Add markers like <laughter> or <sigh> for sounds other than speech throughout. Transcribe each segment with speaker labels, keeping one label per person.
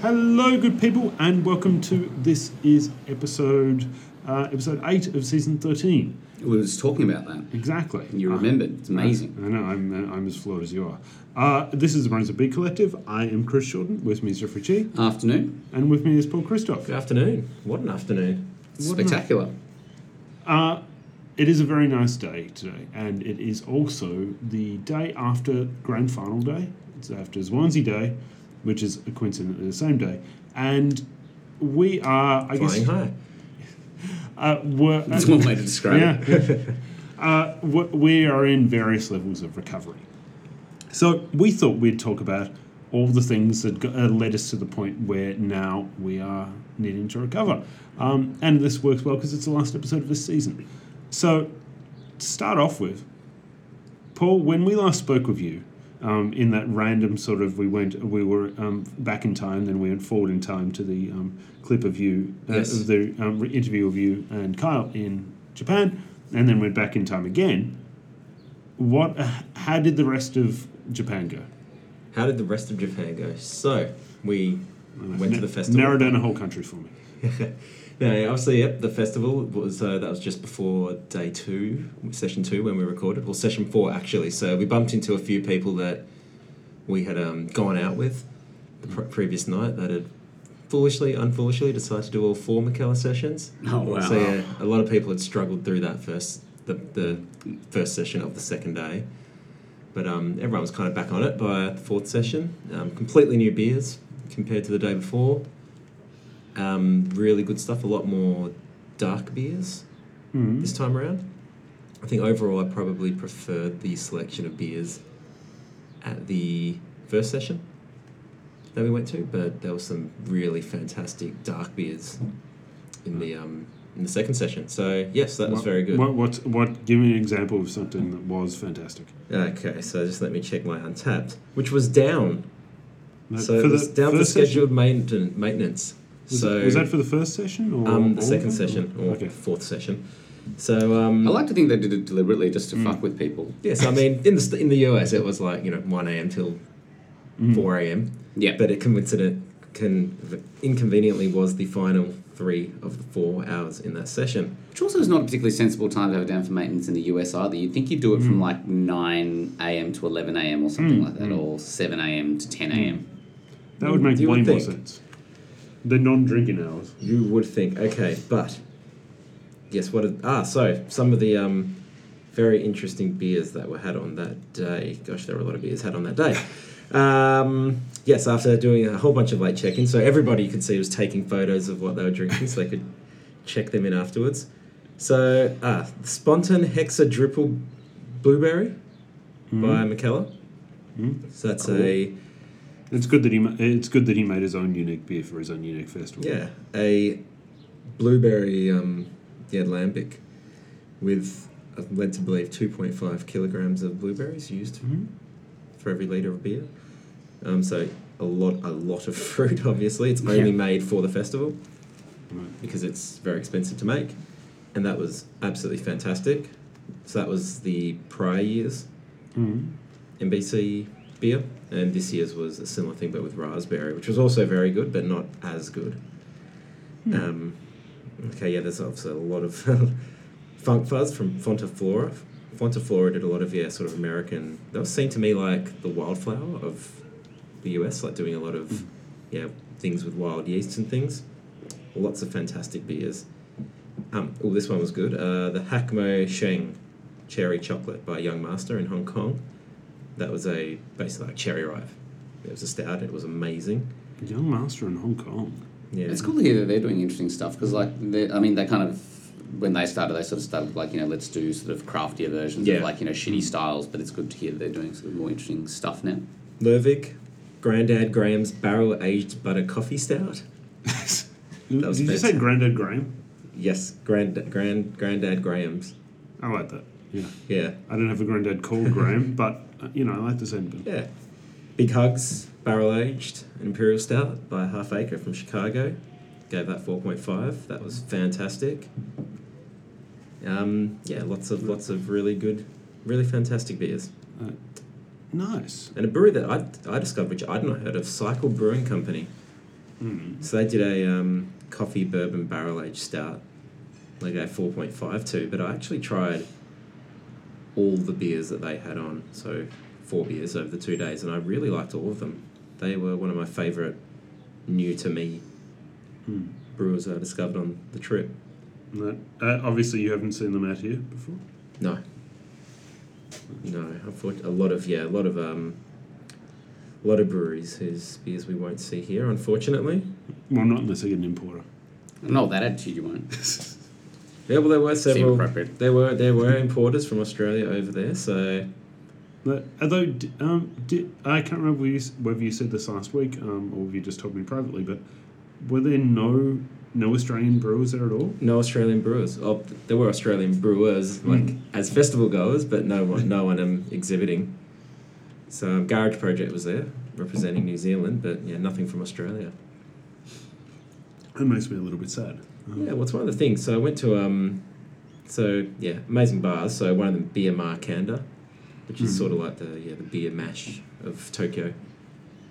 Speaker 1: Hello, good people, and welcome to this is episode uh, episode eight of season thirteen.
Speaker 2: We was talking about that.
Speaker 1: Exactly.
Speaker 2: You
Speaker 3: Ah.
Speaker 2: remembered. It's amazing.
Speaker 1: I know. I'm uh, I'm as flawed as you are. Uh, this is the Brands of Bee Collective. I am Chris Shorten. With me is Jeffrey Chi,
Speaker 2: Afternoon.
Speaker 1: and with me is Paul Christoph.
Speaker 3: Good afternoon. What an afternoon.
Speaker 2: Spectacular.
Speaker 1: Uh, it is a very nice day today, and it is also the day after Grand Final Day. It's after Swansea Day, which is coincidentally the same day, and we are, I guess,
Speaker 3: Flying high.
Speaker 1: uh, we're,
Speaker 2: It's one way to describe
Speaker 1: yeah.
Speaker 2: it.
Speaker 1: yeah. uh, we we are in various levels of recovery. So we thought we'd talk about all the things that got, uh, led us to the point where now we are needing to recover. Um, and this works well because it's the last episode of this season. So to start off with, Paul, when we last spoke with you, um, in that random sort of, we went, we were um, back in time, then we went forward in time to the um, clip of you, uh,
Speaker 2: Yes.
Speaker 1: of the um, re- interview of you and Kyle in Japan, and then went back in time again. What? uh, How did the rest of Japan go?
Speaker 3: How did the rest of Japan go? So, we went to the festival.
Speaker 1: Narrow down a whole country for me.
Speaker 3: No, obviously, yep, the festival was, uh, that was just before day two, session two when we recorded. Well, session four, actually. So, we bumped into a few people that we had um, gone out with the pr- previous night that had foolishly, unfoolishly decided to do all four McKellar sessions.
Speaker 2: Oh, wow.
Speaker 3: So yeah, a lot of people had struggled through that first the, the first session of the second day, but um, everyone was kind of back on it by the fourth session. Um, completely new beers compared to the day before. Um, really good stuff. A lot more dark beers
Speaker 2: Mm-hmm.
Speaker 1: Hmm.
Speaker 3: this time around. I think overall, I probably preferred the selection of beers at the first session that we went to, but there was some really fantastic dark beers in the um, in the second session. So yes, that was
Speaker 1: What-
Speaker 3: very good.
Speaker 1: What? What? What? Give me an example of something that was fantastic.
Speaker 3: Okay, so just let me check my untapped, which was down.
Speaker 1: Like,
Speaker 3: So it was down for
Speaker 1: first session-
Speaker 3: scheduled mainten- maintenance.
Speaker 1: Was,
Speaker 3: so
Speaker 1: was that for the first session or
Speaker 3: um,
Speaker 1: all
Speaker 3: the
Speaker 1: of
Speaker 3: second
Speaker 1: them?
Speaker 3: session or
Speaker 1: Okay.
Speaker 3: fourth session. So um,
Speaker 2: I like to think they did it deliberately just
Speaker 3: Mm.
Speaker 2: to fuck with people.
Speaker 3: Yes, I mean in the st- in the US it was like you know one a.m. till
Speaker 1: Mm.
Speaker 3: four a.m.
Speaker 2: Yeah.
Speaker 3: but it coincident con- inconveniently was the final three of the four hours in that session.
Speaker 2: Which also is not a particularly sensible time to have it down for maintenance in the US either. You'd think you'd do it
Speaker 3: Mm.
Speaker 2: from like 9 a.m. to 11 a.m. or something like that, or 7 a.m. to 10
Speaker 3: Mm.
Speaker 2: a.m.
Speaker 1: That would make
Speaker 3: You
Speaker 1: way
Speaker 3: would
Speaker 1: more
Speaker 3: think.
Speaker 1: sense. The non-drinking hours.
Speaker 3: You would think okay, but yes, what did- ah so some of the um, very interesting beers that were had on that day. Gosh, there were a lot of beers had on that day. Um, yes, after doing a whole bunch of late check-in, so everybody you could see was taking photos of what they were drinking, so they could check them in afterwards. So, ah, Spontan Hexadruple Blueberry by McKellar. So that's a
Speaker 1: It's good that he. ma- It's good that he made his own unique beer for his own unique festival.
Speaker 3: Yeah, a blueberry um, yeah, lambic with, I'm led to believe, 2.5 kilograms of blueberries used
Speaker 1: Mm-hmm.
Speaker 3: for every litre of beer. Um, so a lot, a lot of <laughs> fruit, obviously. It's only
Speaker 2: Yeah.
Speaker 3: made for the festival
Speaker 1: Right.
Speaker 3: because it's very expensive to make. And that was absolutely fantastic. So that was the prior year's
Speaker 1: Mm.
Speaker 3: NBC beer, and this year's was a similar thing but with raspberry, which was also very good but not as good. Um, okay, yeah, there's obviously a lot of <laughs> funk fuzz from Fontaflora. Fontaflora did a lot of yeah, sort of American. That was seen to me like the wildflower of the US, like doing a lot of yeah things with wild yeasts and things. Lots of fantastic beers. Um, oh, this one was good. Uh, the Hakmo Sheng Cherry Chocolate by Young Master in Hong Kong. That was a basically like cherry ripe. It was a stout. It was amazing.
Speaker 1: Young master in Hong Kong. <laughs>
Speaker 3: Yeah,
Speaker 2: It's cool to hear that they're doing interesting stuff because, like, they- I mean, they kind of. When they started, they sort of started with, like you know, let's do sort of craftier versions
Speaker 3: Yeah. Mm.
Speaker 2: of like you know shitty styles, but it's good to hear that they're doing sort of more interesting stuff now.
Speaker 3: Lervig, Grandad Graham's barrel aged butter coffee stout.
Speaker 1: Did
Speaker 3: was
Speaker 1: you say
Speaker 3: fantastic.
Speaker 1: Grandad Graham?
Speaker 3: Yes, grand grand Grandad Graham's.
Speaker 1: I like that. Yeah.
Speaker 3: Yeah,
Speaker 1: I don't have a granddad
Speaker 3: <laughs>
Speaker 1: called Graham, but uh, you know I like the same bit.
Speaker 3: yeah. Big Hugs barrel aged imperial stout by Half Acre from Chicago. Gave that four point five. That was fantastic. Um, yeah, lots of lots of really good, really fantastic beers.
Speaker 1: Nice.
Speaker 3: And a brewery that I, I discovered, which I'd not heard of, Cycle Brewing Company. So they did a um, coffee bourbon barrel aged stout, like a 4.52, but I actually tried all the beers that they had on, so four beers over the two days, and I really liked all of them. They were one of my favourite new to me brewers I discovered on the trip.
Speaker 1: No. Uh, obviously, you haven't seen them out here before.
Speaker 3: No. No, unfortunately, a lot of yeah, a lot of um, a lot of breweries whose beers we won't see here, unfortunately.
Speaker 1: Well, not unless I get an importer.
Speaker 2: No, that attitude you won't.
Speaker 3: Yeah, well, there were several.
Speaker 2: appropriate.
Speaker 3: There were there were importers from Australia over there, so
Speaker 1: But, although, d- um, did, I can't remember whether you, s- whether you said this last week um, or if you just told me privately, but were there no no Australian brewers there at all?
Speaker 3: no Australian brewers. Oh, there were Australian brewers like as festival goers, but no one no one um, exhibiting. So um, Garage Project was there representing New Zealand, but yeah, nothing from Australia.
Speaker 1: That makes me a little bit sad. Um,
Speaker 3: Yeah, well, it's one of the things. So I went to um, so yeah, amazing bars. So one of them, Beer Markanda, which is sort of like the yeah the beer mash of Tokyo.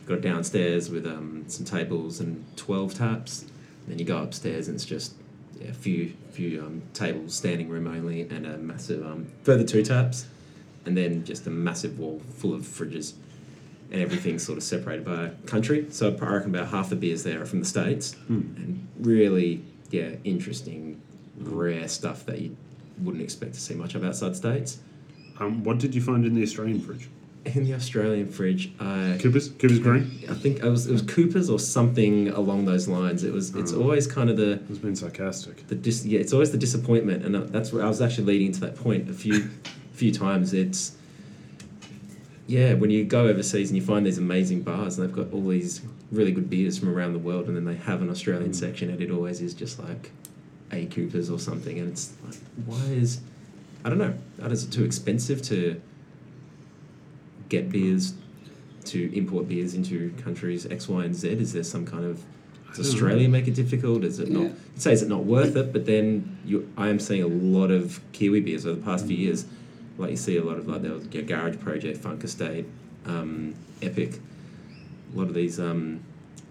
Speaker 3: Got it downstairs with um some tables and twelve taps. Then you go upstairs and it's just yeah a few few um tables, standing room only, and a massive um further two taps, and then just a massive wall full of fridges. And everything's sort of separated by country. So I reckon about half the beers there are from the States and really yeah interesting rare stuff that you wouldn't expect to see much of outside states
Speaker 1: Um, what did you find in the Australian fridge?
Speaker 3: in the australian fridge i
Speaker 1: Cooper's? Cooper's Green?
Speaker 3: i think it was it was cooper's or something along those lines it was it's always kind of the
Speaker 1: It's been sarcastic.
Speaker 3: the dis- yeah, it's always the disappointment, and uh, that's where I was actually leading to that point a few, few times. It's yeah, when you go overseas and you find these amazing bars, and they've got all these really good beers from around the world, and then they have an Australian section, and it always is just like a Coopers or something, and it's like, why is I don't know, that is it too expensive to get beers to import beers into countries X, Y, and Z? Is there some kind of does Australia make it difficult? Is it
Speaker 2: Yeah.
Speaker 3: not? I'd say is it not worth it? But then you, I am seeing a lot of Kiwi beers over the past few years. Like you see a lot of like there was yeah, Garage Project, Funk Estate, um, Epic. A lot of these, um,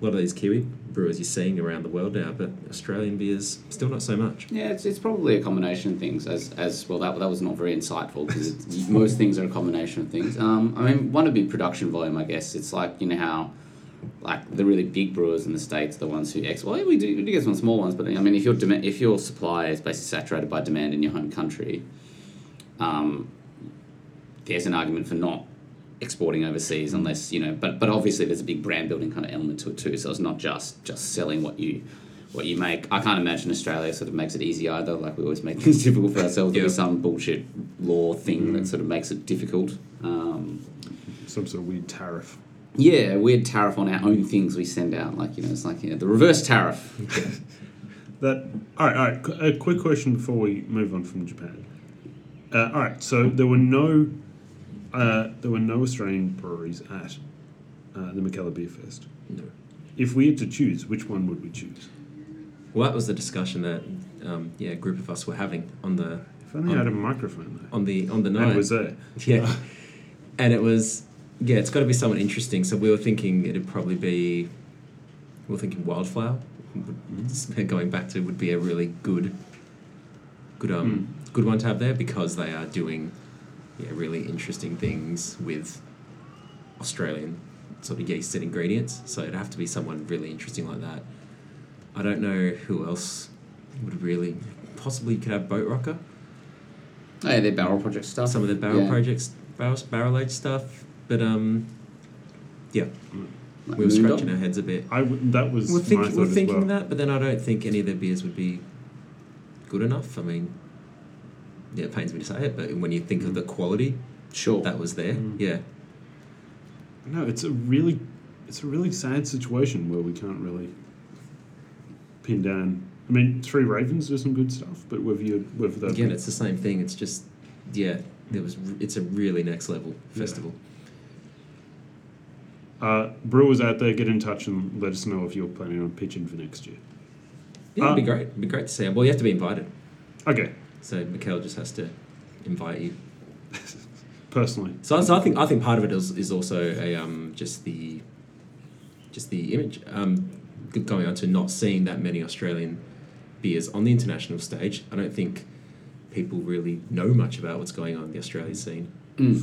Speaker 3: a lot of these Kiwi brewers you're seeing around the world now, but Australian beers still not so much.
Speaker 2: Yeah, it's, it's probably a combination of things as, as well. That, that was not very insightful because most things are a combination of things. Um, I mean, one would be production volume, I guess. It's like, you know, how like the really big brewers in the States, the ones who ex. Well, yeah, we do, we do get some small ones, but I mean, if your, dem- if your supply is basically saturated by demand in your home country, um, there's an argument for not exporting overseas unless you know but but obviously there's a big brand building kind of element to it too so it's not just just selling what you what you make i can't imagine australia sort of makes it easy either like we always make <laughs> things difficult for ourselves there'll be
Speaker 3: Yeah. Mm-hmm.
Speaker 2: some bullshit law thing that sort of makes it difficult um,
Speaker 1: Some sort of weird tariff.
Speaker 2: yeah weird tariff on our own things we send out like you know it's like you know, the reverse
Speaker 3: <laughs>
Speaker 2: tariff
Speaker 1: That all right, all right. qu- A quick question before we move on from Japan. Uh, all right, so there were no, uh, there were no Australian breweries at uh, the McKellar Beer Fest.
Speaker 3: No.
Speaker 1: If we had to choose, which one would we choose?
Speaker 3: Well, that was the discussion that um, yeah, a group of us were having on the
Speaker 1: If only I had a microphone though.
Speaker 3: on the on the
Speaker 1: And
Speaker 3: night.
Speaker 1: it was there.
Speaker 3: <laughs> Yeah. And it was, yeah, it's got to be someone interesting. So we were thinking it'd probably be, we were thinking Wildflower, would- going back to, would be a really good, good um, good one to have there because they are doing, yeah, really interesting things with Australian sort of yeast and ingredients. So it'd have to be someone really interesting like that. I don't know who else would really, possibly you could have Boat Rocker
Speaker 2: oh, yeah, their barrel project stuff
Speaker 3: some of the barrel
Speaker 2: Yeah.
Speaker 3: projects, barrel barrel aged stuff. But um, yeah,
Speaker 2: Like
Speaker 3: we were
Speaker 2: Moondog.
Speaker 3: scratching our heads a bit.
Speaker 1: I w- that was
Speaker 3: We're,
Speaker 1: my
Speaker 3: think,
Speaker 1: thought
Speaker 3: we're
Speaker 1: as
Speaker 3: thinking
Speaker 1: well.
Speaker 3: that, but then I don't think any of their beers would be good enough. I mean, yeah, it pains me to say it, but when you think of the quality
Speaker 2: sure
Speaker 3: that was there,
Speaker 1: Mm.
Speaker 3: yeah,
Speaker 1: No, it's a really, it's a really sad situation where we can't really pin down. I mean, Three Ravens do some good stuff, but whether you whether they'll
Speaker 3: again, it's the same thing. It's just yeah, there was. r- It's a really next level festival.
Speaker 1: Uh, brewers out there, get in touch and let us know if you're planning on pitching for next year.
Speaker 3: Yeah, it'd be
Speaker 1: Uh,
Speaker 3: great. It'd be great to see. Well, you have to be invited,
Speaker 1: Okay,
Speaker 3: so Mikhail just has to invite you.
Speaker 1: personally,
Speaker 3: So, so I think I think part of it is, is also a um, just the just the image. Um, going on to not seeing that many Australian beers on the international stage. I don't think people really know much about what's going on in the Australian scene.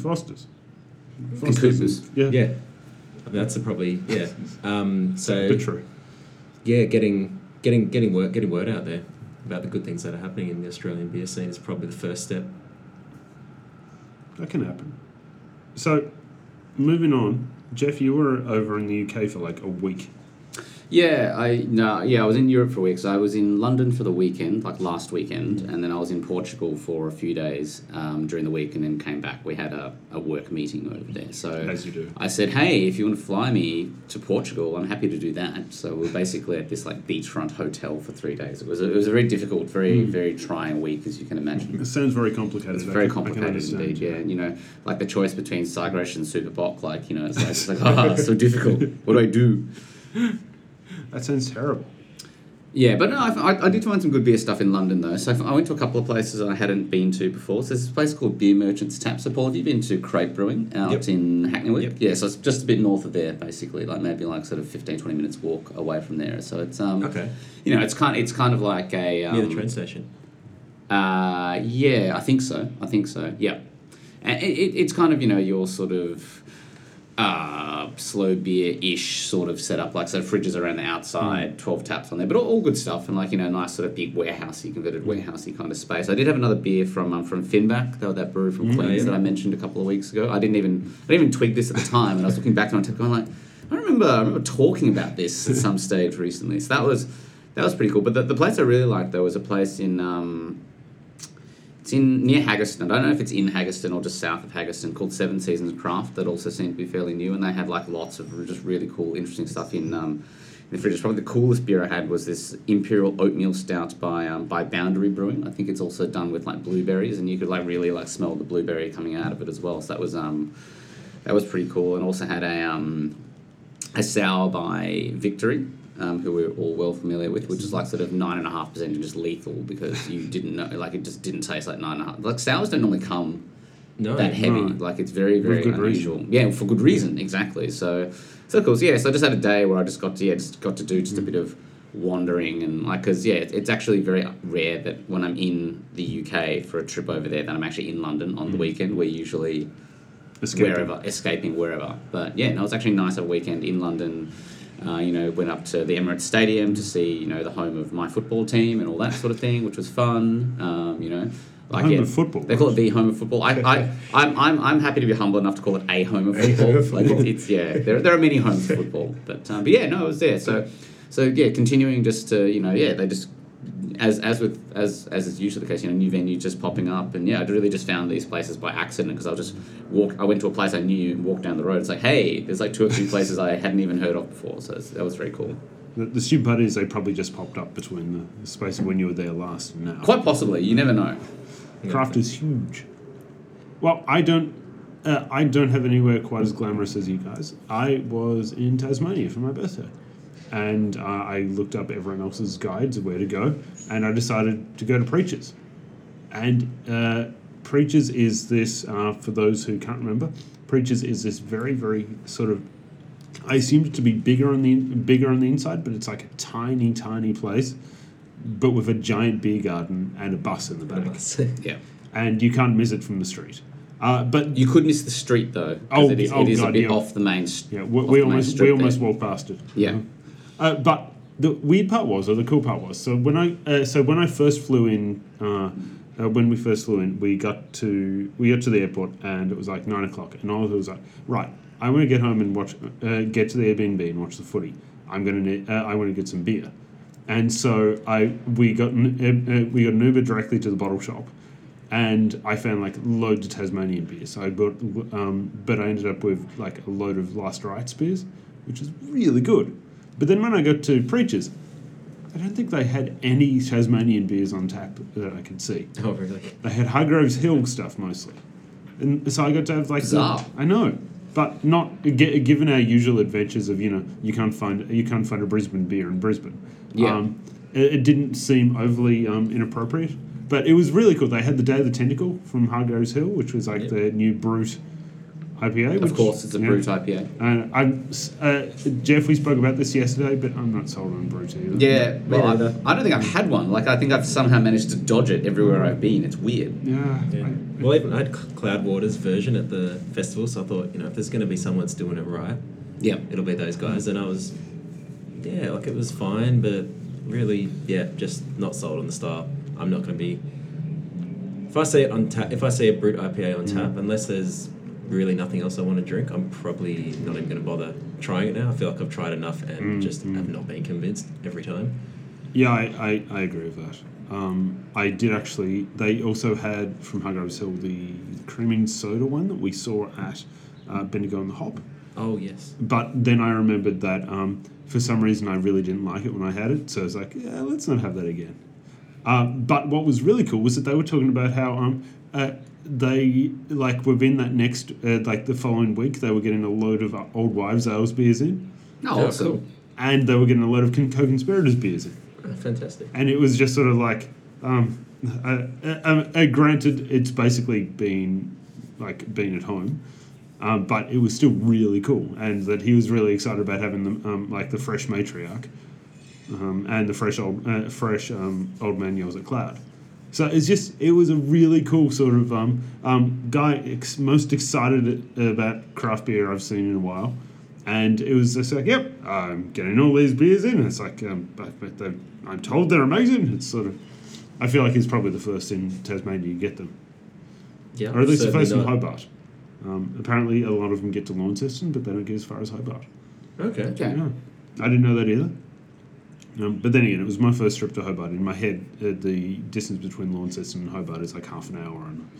Speaker 1: Foster's.
Speaker 2: And Coopers.
Speaker 1: Yeah.
Speaker 3: Yeah, that's a probably yeah. Um, so
Speaker 1: But true.
Speaker 3: yeah, getting getting getting word getting word out there about the good things that are happening in the Australian beer scene is probably the first step.
Speaker 1: That can happen. So, moving on. Jeff, you were over in the UK for like a week.
Speaker 2: Yeah, I no, yeah, I was in Europe for a week. So I was in London for the weekend, like last weekend,
Speaker 1: Mm-hmm.
Speaker 2: and then I was in Portugal for a few days um, during the week, and then came back. We had a, a work meeting over there. So
Speaker 1: As you do.
Speaker 2: I said, hey, if you want to fly me to Portugal, I'm happy to do that. So we were basically at this like beachfront hotel for three days. It was a, it was a very difficult, very very trying week, as you can imagine.
Speaker 1: It sounds very complicated.
Speaker 2: It's
Speaker 1: Mm. I
Speaker 2: very
Speaker 1: can- I can
Speaker 2: complicated
Speaker 1: understand.
Speaker 2: indeed, yeah. And, you know, like the choice between Sagresh and Superbok, like, you know, it's like, it's like <laughs> ah, so difficult. What do I do?
Speaker 1: That sounds terrible.
Speaker 2: Yeah, but no, I, I, I did find some good beer stuff in London, though. So I, I went to a couple of places I hadn't been to before. So there's this place called Beer Merchants Tap. So, Paul, have you been to Crepe Brewing out
Speaker 3: Yep.
Speaker 2: in Hackney Wick?
Speaker 3: Yep.
Speaker 2: Yeah, so it's just a bit north of there, basically, like maybe like sort of 15, 20 minutes walk away from there. So it's, um,
Speaker 3: Okay,
Speaker 2: you know, it's kind, it's kind of like a. Um,
Speaker 3: near the train station.
Speaker 2: Uh, yeah, I think so. I think so. Yeah, and it, it, it's kind of you know your sort of uh, slow beer ish sort of setup. Like so, fridges around the outside, twelve taps on there, but all, all good stuff and like you know nice sort of big warehousey converted warehousey kind of space. I did have another beer from um, from Finback, though that brewery from Queens
Speaker 3: yeah.
Speaker 2: that I mentioned a couple of weeks ago. I didn't even I didn't even twig this at the time, and I was looking back on it going like I remember I remember talking about this at some stage recently. So that was. That was pretty cool, but the, the place I really liked though was a place in um, it's in near Haggerston. I don't know if it's in Haggerston or just south of Haggerston, called Seven Seasons Craft. That also seemed to be fairly new, and they had like lots of just really cool, interesting stuff in, um, in the fridges. Probably the coolest beer I had was this Imperial Oatmeal Stout by um, by Boundary Brewing. I think it's also done with like blueberries, and you could like really like smell the blueberry coming out of it as well. So that was um, that was pretty cool, and also had a um, a sour by Victory, um, who we're all well familiar with, which is like sort of nine and a half percent and just lethal because you didn't know, like it just didn't taste like nine and a half. Like sours don't normally come
Speaker 3: No,
Speaker 2: that heavy.
Speaker 1: no.
Speaker 2: Like it's very, very
Speaker 1: good
Speaker 2: unusual. Yeah, for good reason, exactly. So, so cool. So, yeah, so I just had a day where I just got to yeah, just got to do
Speaker 3: Mm.
Speaker 2: just a bit of wandering and like because yeah, it- it's actually very rare that when I'm in the UK for a trip over there that I'm actually in London on the
Speaker 3: Mm.
Speaker 2: weekend. We're usually
Speaker 1: Escaping.
Speaker 2: wherever, escaping wherever. But yeah, no, it was actually nice a weekend in London. Uh, you know, went up to the Emirates Stadium to see you know the home of my football team and all that sort of thing, which was fun. Um, you know, like
Speaker 1: home
Speaker 2: yeah,
Speaker 1: of football,
Speaker 2: They call it the home of football. I,
Speaker 1: <laughs>
Speaker 2: I, I'm, I'm, I'm happy to be humble enough to call it a home of football. like it's, it's yeah, there, there are many homes of football, but um, but yeah, no, it was there. So so yeah, continuing just to you know yeah, they just as as with as as is usually the case, you know, new venue just popping up, and yeah, I really just found these places by accident because I just walk. I went to a place I knew and walked down the road. It's like, hey, there's like two
Speaker 1: <laughs>
Speaker 2: or three places I hadn't even heard of before, so it's, that was very cool.
Speaker 1: The, the stupid part is they probably just popped up between the space of when you were there last and now.
Speaker 2: Quite possibly, you never know.
Speaker 1: Craft is huge. Well, I don't. Uh, I don't have anywhere quite as glamorous as you guys. I was in Tasmania for my birthday, and uh, I looked up everyone else's guides of where to go, and I decided to go to Preachers. And uh, Preachers is this, uh, for those who can't remember, Preachers is this very, very sort of I assumed it to be bigger on the bigger on the inside, but it's like a tiny, tiny place, but with a giant beer garden and a bus in the back,
Speaker 2: Yeah,
Speaker 1: and you can't miss it from the street. Uh, but
Speaker 2: you could miss the street though.
Speaker 1: Oh,
Speaker 2: 'cause it is,
Speaker 1: oh,
Speaker 2: it is a
Speaker 1: God,
Speaker 2: bit
Speaker 1: yeah.
Speaker 2: off the main. s-
Speaker 1: yeah,
Speaker 2: off
Speaker 1: we,
Speaker 2: the
Speaker 1: we
Speaker 2: main
Speaker 1: almost
Speaker 2: strip
Speaker 1: we
Speaker 2: there.
Speaker 1: almost walked past it.
Speaker 2: Yeah.
Speaker 1: Uh, but the weird part was, or the cool part was, so when I uh, so when I first flew in, uh, uh, when we first flew in, we got to we got to the airport and it was like nine o'clock, and I was like, right, I want to get home and watch, uh, get to the Airbnb and watch the footy. I'm gonna need, uh, I want to get some beer, and so I we got an, uh, uh, we got an Uber directly to the bottle shop. And I found like loads of Tasmanian beer, so I bought, um, but I ended up with like a load of Last Rites beers, which is really good. But then when I got to Preachers, I don't think they had any Tasmanian beers on tap that I could see.
Speaker 3: <laughs> Oh really?
Speaker 1: They had Hargroves Hill stuff mostly, and so I got to have like
Speaker 2: Bizarre.
Speaker 1: I know, but not gi- given our usual adventures of you know you can't find you can't find a Brisbane beer in Brisbane.
Speaker 2: Yeah.
Speaker 1: um, it, it didn't seem overly um, inappropriate, but it was really cool. They had the Day of the Tentacle from Hargroves Hill, which was like
Speaker 3: Yep.
Speaker 1: the new brute. IPA.
Speaker 2: Of
Speaker 1: which-
Speaker 2: course, it's a
Speaker 1: Mm. yeah.
Speaker 2: brute IPA.
Speaker 1: And I'm s- uh, Jeff. We spoke about this yesterday, but I'm not sold on brute either.
Speaker 2: Yeah, well, I,
Speaker 3: either.
Speaker 2: I don't think I've had one. Like, I think I've somehow managed to dodge it everywhere I've been. It's weird.
Speaker 1: Yeah.
Speaker 3: Yeah.
Speaker 1: I-
Speaker 3: Well, even I had Cl- Cloudwater's version at the festival, so I thought, you know, if there's going to be someone that's doing it right,
Speaker 2: Yeah.
Speaker 3: it'll be those guys. And I was, yeah, like it was fine, but really, yeah, just not sold on the style. I'm not going to be. If I see it on tap, if I see a brute IPA on tap, unless there's really nothing else I want to drink, I'm probably not even going to bother trying it now. I feel like I've tried enough and just have not been convinced every time.
Speaker 1: Yeah, I, I, I agree with that. Um, I did actually. They also had from Hugo's Hill the cream and soda one that we saw at uh, Bendigo and the Hop.
Speaker 3: Oh yes,
Speaker 1: But then I remembered that um, for some reason I really didn't like it when I had it, so I was like, yeah, let's not have that again. Uh, but what was really cool was that they were talking about how um, uh, they like within that next uh, like the following week they were getting a load of uh, old wives' ales beers in,
Speaker 2: No,
Speaker 3: Oh,
Speaker 2: awesome.
Speaker 3: cool.
Speaker 1: and they were getting a load of con- co-conspirators beers in.
Speaker 3: Oh, fantastic.
Speaker 1: and it was just sort of like, um, uh, uh, uh, granted, it's basically been like been at home, um, but it was still really cool, and that he was really excited about having the um, like the fresh matriarch, um, and the fresh old uh, fresh um, old man yells at cloud. So it's just it was a really cool sort of um, um, guy ex- most excited about craft beer I've seen in a while, and it was just like yep I'm getting all these beers in. It's like um, but, but they, I'm told they're amazing. It's sort of I feel like he's probably the first in Tasmania to get them,
Speaker 3: Yeah,
Speaker 1: or at least the
Speaker 3: certainly
Speaker 1: first in
Speaker 3: not-
Speaker 1: Hobart. Um, apparently, a lot of them get to Launceston, but they don't get as far as Hobart.
Speaker 3: Okay.
Speaker 2: Okay.
Speaker 1: Yeah, I didn't know that either. Um, but then again, it was my first trip to Hobart. In my head, uh, the distance between Launceston and Hobart is like half an hour on,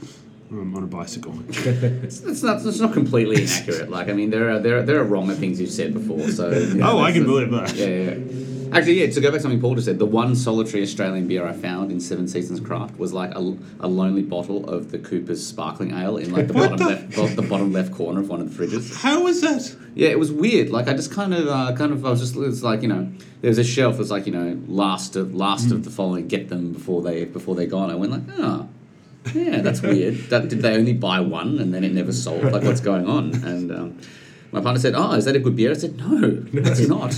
Speaker 1: um, on a bicycle.
Speaker 2: That's not, that's not completely inaccurate. Like, I mean, there are there are, there are wrong things you've said before. So you know,
Speaker 1: Oh, I
Speaker 2: that's-
Speaker 1: can
Speaker 2: that's-
Speaker 1: believe that.
Speaker 2: Yeah, yeah, yeah. Actually, yeah. To go back to something Paul just said, the one solitary Australian beer I found in Seven Seasons Craft was like a, a lonely bottle of the Cooper's sparkling ale in like the
Speaker 1: What
Speaker 2: bottom
Speaker 1: the-
Speaker 2: left bo- the bottom left corner of one of the fridges.
Speaker 1: How was that?
Speaker 2: Yeah, it was weird. Like I just kind of, uh, kind of, I was just it's like you know, there's a shelf that's like you know, last of last
Speaker 1: Mm.
Speaker 2: of the following, get them before they before they're gone. I went like, oh, yeah,
Speaker 1: <laughs>
Speaker 2: that's weird. That, did they only buy one and then it never sold? Like what's going on? And um, my partner said, oh, is that a good beer? I said, no, it's
Speaker 1: <laughs>
Speaker 2: not.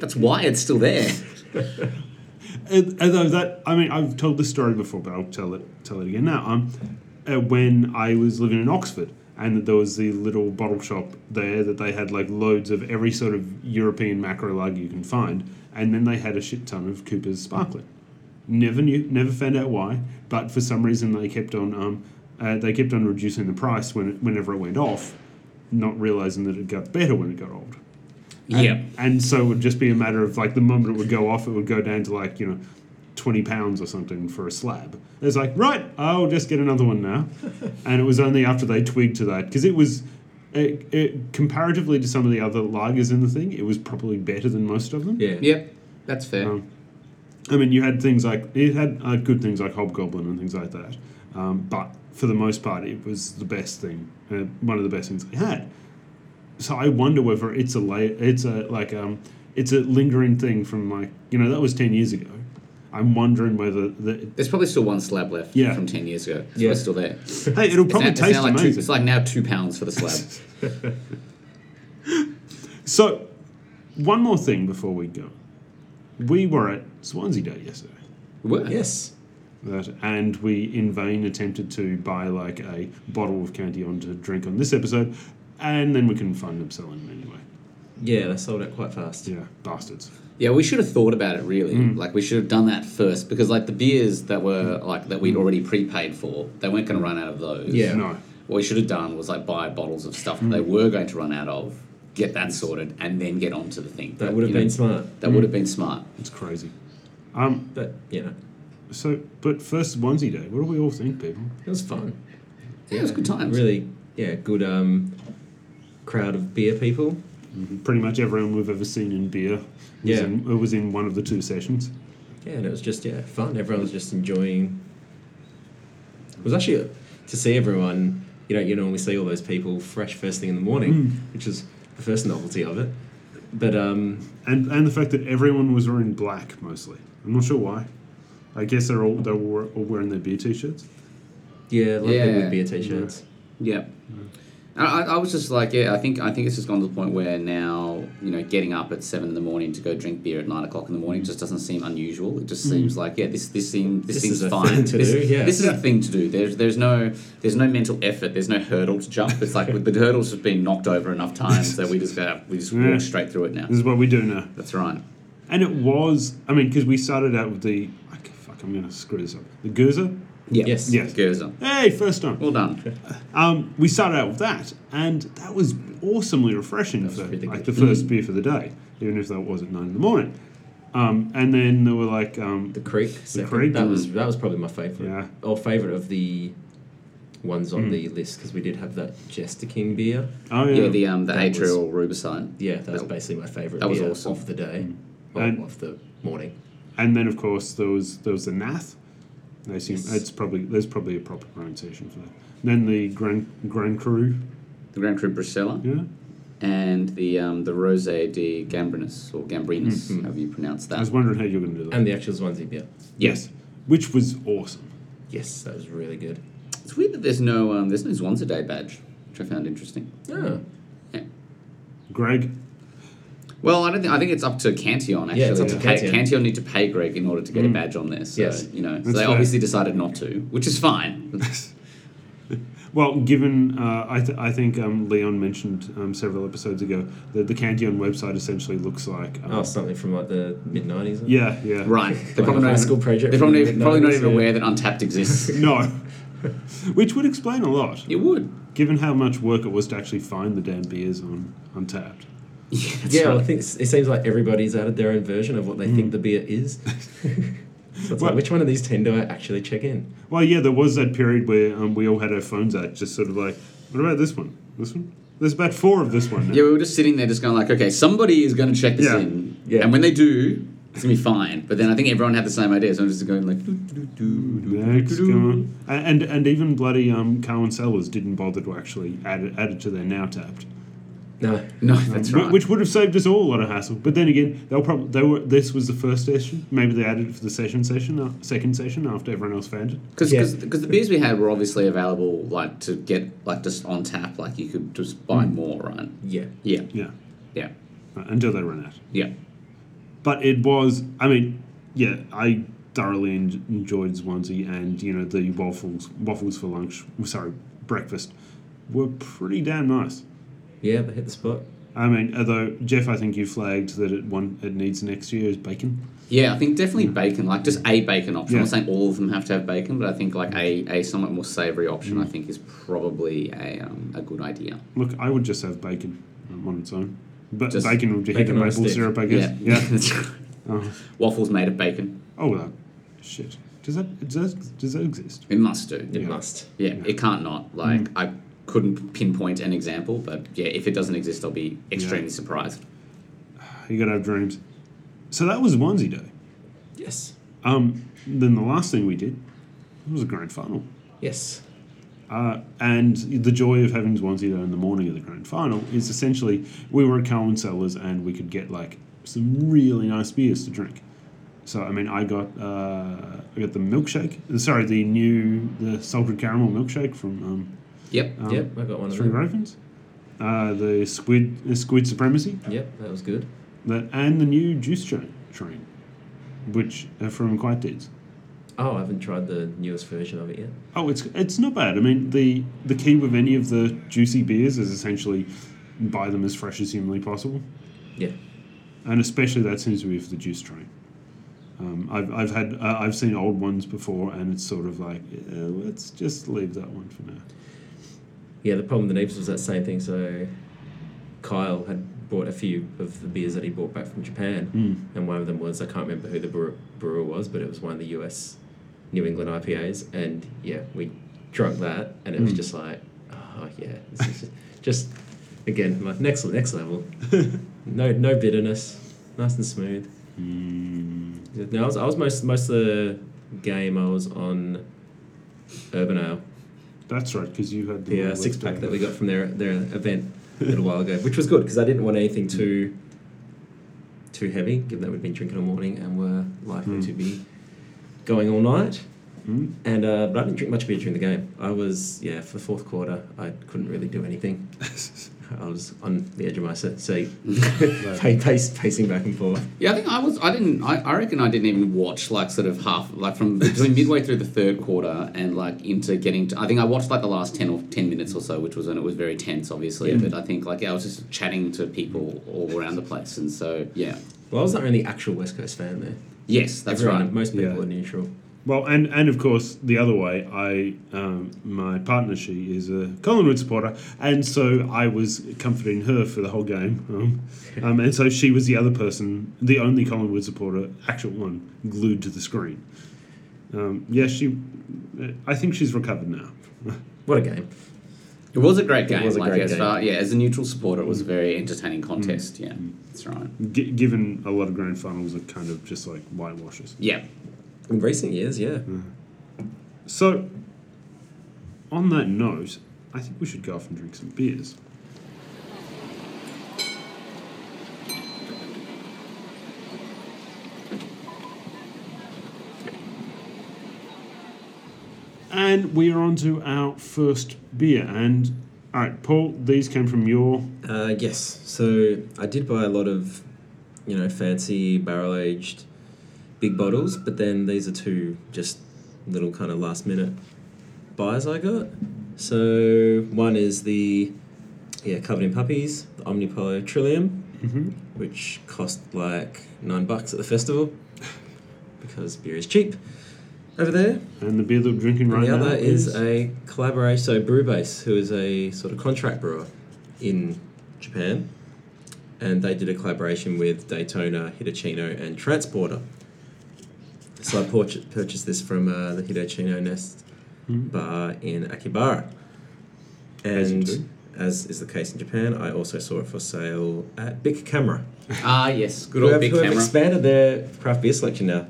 Speaker 2: that's why it's still there.
Speaker 1: And, and though that I mean, I've told this story before, but I'll tell it tell it again now. Um, uh, when I was living in Oxford, and there was the little bottle shop there that they had like loads of every sort of European macro lager you can find, and then they had a shit ton of Cooper's sparkling. Never knew, never found out why, but for some reason they kept on um, uh, they kept on reducing the price when it, whenever it went off, not realizing that it got better when it got old. And- And so it would just be a matter of like the moment it would go off, it would go down to like, you know, 20 pounds or something for a slab. It's like, right, I'll just get another one now. and it was only after they twigged to that because it was. It, it, comparatively to some of the other lagers in the thing, it was probably better than most of them.
Speaker 3: Yeah.
Speaker 2: Yep, that's fair.
Speaker 1: Um, I mean, you had things like it had uh, good things like Hobgoblin and things like that, um, but for the most part, it was the best thing, uh, one of the best things they had. So I wonder whether it's a la- it's a like um, it's a lingering thing from like you know that was ten years ago. I'm wondering whether the
Speaker 2: There's probably still one slab left
Speaker 1: Yeah.
Speaker 2: from ten years ago. It's
Speaker 3: Yeah.
Speaker 2: probably still there. It's
Speaker 1: hey, it'll
Speaker 2: now,
Speaker 1: probably
Speaker 2: it's now
Speaker 1: taste
Speaker 2: like two,
Speaker 1: amazing.
Speaker 2: it's like now two pounds for
Speaker 1: <laughs>
Speaker 2: the slab.
Speaker 1: so, one more thing before we go, we were at Swansea Day yesterday.
Speaker 2: What?
Speaker 3: Yes.
Speaker 1: that, and we in vain attempted to buy like a bottle of Cantillon to drink on this episode, and then we couldn't find them selling them anyway.
Speaker 3: Yeah, they sold out quite fast.
Speaker 1: Yeah, bastards.
Speaker 2: Yeah, we should have thought about it really.
Speaker 3: Hmm.
Speaker 2: Like we should have done that first because like the beers that were like that we'd already prepaid for, they weren't going to run out of those.
Speaker 3: Yeah. Hmm.
Speaker 1: No.
Speaker 2: What we should have done was like buy bottles of stuff that they were going to run out of, get that sorted, and then get onto the thing.
Speaker 3: That
Speaker 2: But,
Speaker 3: would have
Speaker 2: you know,
Speaker 3: been Hmm. smart.
Speaker 2: That would have been smart.
Speaker 1: It's crazy. Um.
Speaker 3: But you know,
Speaker 1: So, but first Swansea Day. What do we all think, people?
Speaker 3: it was fun.
Speaker 2: Yeah, it was good times.
Speaker 3: Really, yeah, good um, crowd of beer people.
Speaker 1: Pretty much everyone we've ever seen in beer was,
Speaker 3: Yeah.
Speaker 1: in, uh, was in one of the two sessions.
Speaker 3: Yeah, and it was just yeah fun. Everyone was just enjoying. It was actually uh, to see everyone. You know, you normally see all those people fresh first thing in the morning,
Speaker 2: Hmm.
Speaker 3: which is the first novelty of it. But um,
Speaker 1: and and the fact that everyone was wearing black mostly. I'm not sure why. I guess they're all they were all wearing their beer t-shirts.
Speaker 3: yeah, like yeah.
Speaker 2: Yeah.
Speaker 3: beer t-shirts.
Speaker 2: Yeah. And I, I was just like, yeah, I think I think it's just gone to the point where now, you know, getting up at seven in the morning to go drink beer at nine o'clock in the morning just doesn't seem unusual. It just seems like, yeah, this this seem, this,
Speaker 3: Hmm. This
Speaker 2: seems
Speaker 3: is a
Speaker 2: fine.
Speaker 3: thing to
Speaker 2: this,
Speaker 3: do, yeah.
Speaker 2: this is a thing to do. There's there's no there's no mental effort. There's no hurdle to jump. It's
Speaker 3: <laughs>
Speaker 2: like the hurdle's have been knocked over enough times that we just go we just
Speaker 1: Yeah.
Speaker 2: walk straight through it now.
Speaker 1: This is what we do now.
Speaker 2: That's right.
Speaker 1: And it was, I mean, because we started out with the, like, fuck, I'm going to screw this up. The Gerza?
Speaker 2: Yeah.
Speaker 3: Yes.
Speaker 1: Yes.
Speaker 2: Gerza.
Speaker 1: Hey, first time.
Speaker 2: Well done.
Speaker 1: Um, we started out with that, and that was awesomely refreshing for
Speaker 2: really
Speaker 1: like the
Speaker 2: good.
Speaker 1: first beer for the day, even if that wasn't nine in the morning. Um, and then there were like, um,
Speaker 3: The Creek. second.
Speaker 1: Creek.
Speaker 3: That was that was probably my favourite.
Speaker 1: Yeah. Hmm.
Speaker 3: Or favourite of the ones on the list because we did have that Jester King beer.
Speaker 1: oh yeah,
Speaker 2: Yeah, the um the
Speaker 3: That was-
Speaker 2: atrial rubicide.
Speaker 3: Yeah, that was
Speaker 2: That-
Speaker 3: basically my favourite.
Speaker 2: that was
Speaker 3: beer
Speaker 2: awesome.
Speaker 3: of the day, well,
Speaker 1: Hmm. And-
Speaker 3: of the morning.
Speaker 1: and then of course there was there was the Nath. I assume
Speaker 3: Yes.
Speaker 1: it's probably there's probably a proper pronunciation for that. Then the Grand Grand Cru,
Speaker 2: The Grand Cru Bruschella.
Speaker 1: yeah,
Speaker 2: and the um, the Rose de Gambrinus or Gambrinus,
Speaker 3: Mm-hmm.
Speaker 2: however you pronounce
Speaker 1: I was
Speaker 2: that.
Speaker 1: wondering how you were going to do that.
Speaker 3: And the actual Swansea beer.
Speaker 1: yes, which was awesome.
Speaker 3: Yes, that was really good.
Speaker 2: It's weird that there's no um, there's no Swansea Day badge, which I found interesting.
Speaker 3: Yeah.
Speaker 2: Yeah.
Speaker 1: Greg,
Speaker 2: Well, I don't think I think it's up to Cantillon actually.
Speaker 3: Yeah, it's up to
Speaker 2: Pa-
Speaker 3: Cantillon. Mm.
Speaker 2: Cantillon need to pay Greg in order to get a badge on there. So
Speaker 3: Yes.
Speaker 2: you know, so
Speaker 1: That's
Speaker 2: they
Speaker 1: fair.
Speaker 2: obviously decided not to, which is
Speaker 3: <laughs>
Speaker 2: fine.
Speaker 1: Well, given uh, I, th- I think um, Leon mentioned um, several episodes ago that the Cantillon website essentially looks like um,
Speaker 3: Oh, something from like the mid 90s.
Speaker 1: yeah yeah
Speaker 2: right? They're
Speaker 3: Like a
Speaker 2: probably
Speaker 3: high
Speaker 2: not
Speaker 3: school
Speaker 2: even,
Speaker 3: project.
Speaker 2: they're
Speaker 3: from
Speaker 2: probably,
Speaker 3: the
Speaker 2: probably not
Speaker 3: 90s,
Speaker 2: even
Speaker 3: yeah.
Speaker 2: aware that Untapped
Speaker 3: <laughs>
Speaker 2: exists.
Speaker 1: no, <laughs> which would explain a lot
Speaker 2: it would. <laughs>
Speaker 1: given how much work it was to actually find the damn beers on Untapped.
Speaker 2: Yeah, that's
Speaker 3: Yeah,
Speaker 2: right.
Speaker 3: I think s- it seems like everybody's added their own version of what they think the beer
Speaker 1: <laughs>
Speaker 3: is. so it's
Speaker 1: Hmm. Well-
Speaker 3: like, which one of these ten do I actually check in?
Speaker 1: Well, yeah, there was that period where um, we all had our phones out, just sort of like, what about this one? This one? There's about four of this one now.
Speaker 2: <laughs> Yeah, we were just sitting there, just going like, okay, somebody is going to check this
Speaker 1: Yeah.
Speaker 2: in,
Speaker 3: Yeah.
Speaker 2: and when they do, it's gonna be fine. But then I think everyone had the same idea, so I'm just going like, doo, doo, doo, doo, doo,
Speaker 1: Next,
Speaker 2: doo,
Speaker 1: come
Speaker 2: doo.
Speaker 1: on. A- And and even bloody um, Cowan Sellers didn't bother to actually add it, add it to their now tapped,
Speaker 3: No,
Speaker 2: no, that's
Speaker 1: Wh-
Speaker 2: right.
Speaker 1: which would have saved us all a lot of hassle. But then again, they'll probably they were this was the first session. Maybe they added it for the session session, uh, second session after everyone else found it.
Speaker 2: because
Speaker 3: Yeah.
Speaker 2: the beers we had were obviously available like to get like just on tap, like you could just buy
Speaker 1: Mm.
Speaker 2: more, right?
Speaker 3: yeah,
Speaker 2: Yeah,
Speaker 1: Yeah,
Speaker 2: yeah,
Speaker 1: uh, until they ran out.
Speaker 2: yeah.
Speaker 1: but it was i mean yeah i thoroughly en- enjoyed swansea and you know the waffles waffles for lunch sorry breakfast were pretty damn nice
Speaker 3: yeah, they hit the spot.
Speaker 1: i mean although jeff i think you flagged that it one it needs next year is bacon
Speaker 2: Yeah, I think definitely bacon, like just a bacon
Speaker 1: Mm. Yeah.
Speaker 2: option. I'm not saying all of them have to have bacon, but I think like a, a somewhat more savoury option,
Speaker 1: Mm.
Speaker 2: I think is probably a, um, a good idea.
Speaker 1: look i would just have bacon um, on its own but
Speaker 2: Just
Speaker 1: bacon would be hit
Speaker 3: bacon
Speaker 1: with
Speaker 3: on a
Speaker 1: maple
Speaker 3: stick.
Speaker 1: syrup i guess yeah,
Speaker 2: <laughs>
Speaker 1: Oh.
Speaker 2: Waffles made of bacon.
Speaker 1: oh well, shit does that does that, does that exist
Speaker 2: It must do.
Speaker 3: It
Speaker 1: Yeah.
Speaker 3: must.
Speaker 2: Yeah, Mm. it can't not. Like I couldn't pinpoint an example, but yeah, if it doesn't exist, I'll be extremely surprised.
Speaker 1: you gotta have dreams so that was Swansea day
Speaker 3: Yes,
Speaker 1: um then the last thing we did was a grand final
Speaker 3: yes,
Speaker 1: Uh, and the joy of having Swansea there in the morning of the grand final is essentially we were at Cowan Cellars and we could get like some really nice beers to drink. So I mean, I got uh, I got the milkshake. uh, Sorry, the new the salted caramel milkshake from um,
Speaker 2: Yep.
Speaker 1: um,
Speaker 3: yep. I got one of
Speaker 1: Three
Speaker 3: them.
Speaker 1: Ravens. Uh, the squid the squid supremacy,
Speaker 3: Yep, that was good.
Speaker 1: the, and the new juice train, train which are from Quiet Deeds.
Speaker 3: Oh, I haven't tried the newest version of it yet.
Speaker 1: Oh, it's it's not bad. I mean, the the key with any of the juicy beers is essentially buy them as fresh as humanly possible,
Speaker 3: Yeah,
Speaker 1: and especially that seems to be for the juice train. Um, I've I've had uh, I've seen old ones before, and it's sort of like yeah, let's just leave that one for now.
Speaker 3: yeah. The problem with the Neves was that same thing. So Kyle had bought a few of the beers that he brought back from Japan,
Speaker 1: Hmm.
Speaker 3: and one of them was I can't remember who the brewer, brewer was, but it was one of the US New England IPAs, and yeah, we drunk that, and it was
Speaker 1: Hmm.
Speaker 3: just like, oh yeah, this is just, <laughs> just again my next next
Speaker 1: <laughs>
Speaker 3: level, no no bitterness, nice and smooth. Mm. No, I was, I was most most of the game I was on Urban Ale.
Speaker 1: That's right, because you had
Speaker 3: The uh,
Speaker 1: Northwest
Speaker 3: six pack
Speaker 1: Ale.
Speaker 3: that we got from their their event a little while ago, which was good because I didn't want anything too Hmm. too heavy, given that we'd been drinking all morning and were likely to be going all night. And uh, but I didn't drink much beer during the game. I was yeah for the fourth quarter. I couldn't really do <laughs> anything. I was on the edge of my se- <laughs> seat, Pa- <laughs> pace, pacing back and forth.
Speaker 2: Yeah, I think I was. I didn't. I, I reckon I didn't even watch like sort of half, like <laughs> from between midway through the third quarter and like into getting to. I think I watched like the last ten or ten minutes or so, which was when it was very tense, obviously. But I think like yeah, I was just chatting to people all around the place, and so yeah,
Speaker 3: Well, I was the only actual West Coast fan there.
Speaker 2: yes, that's
Speaker 3: Everyone-
Speaker 2: right.
Speaker 3: Most people
Speaker 1: Yeah.
Speaker 3: are neutral.
Speaker 1: Well, and, and of course the other way, I um, my partner she is a Collingwood supporter, and so I was comforting her for the whole game, um, um, and so she was the other person, the only Collingwood supporter, actual one, glued to the screen. Um, yeah, she, I think she's recovered now.
Speaker 3: What a game!
Speaker 2: It was a great game. Mm.
Speaker 3: was a
Speaker 2: like
Speaker 3: great
Speaker 2: as
Speaker 3: game.
Speaker 2: far yeah, as a neutral supporter, it was a very entertaining contest. Yeah, that's right.
Speaker 1: G- given a lot of grand finals are kind of just like whitewashes.
Speaker 2: Yeah,
Speaker 3: In recent years, yeah.
Speaker 1: So, on that note, I think we should go off and drink some beers. And we are on to our first beer. And, all right, Paul, these came from your.
Speaker 3: Uh, yes. So I did buy a lot of, you know, fancy barrel aged big bottles, but then these are two just little kind of last minute buys I got. So one is the yeah covered in puppies, the Omnipolo Trillium, which cost like nine bucks at the festival because beer is cheap over there.
Speaker 1: And the beer that we're drinking right
Speaker 3: And the
Speaker 1: now
Speaker 3: other is a collaboration. So Brewbase, who is a sort of contract brewer in Japan, and they did a collaboration with Daytona, Hitachino, and Transporter. So I purch- purchased this from uh, the Hitachino Nest bar in Akibara,
Speaker 1: Hmm. As you
Speaker 3: and
Speaker 1: do.
Speaker 3: as is the case in Japan, I also saw it for sale at Big Camera.
Speaker 2: ah yes, good
Speaker 3: Who
Speaker 2: old
Speaker 3: have,
Speaker 2: big
Speaker 3: who have
Speaker 2: camera.
Speaker 3: expanded their craft beer selection now.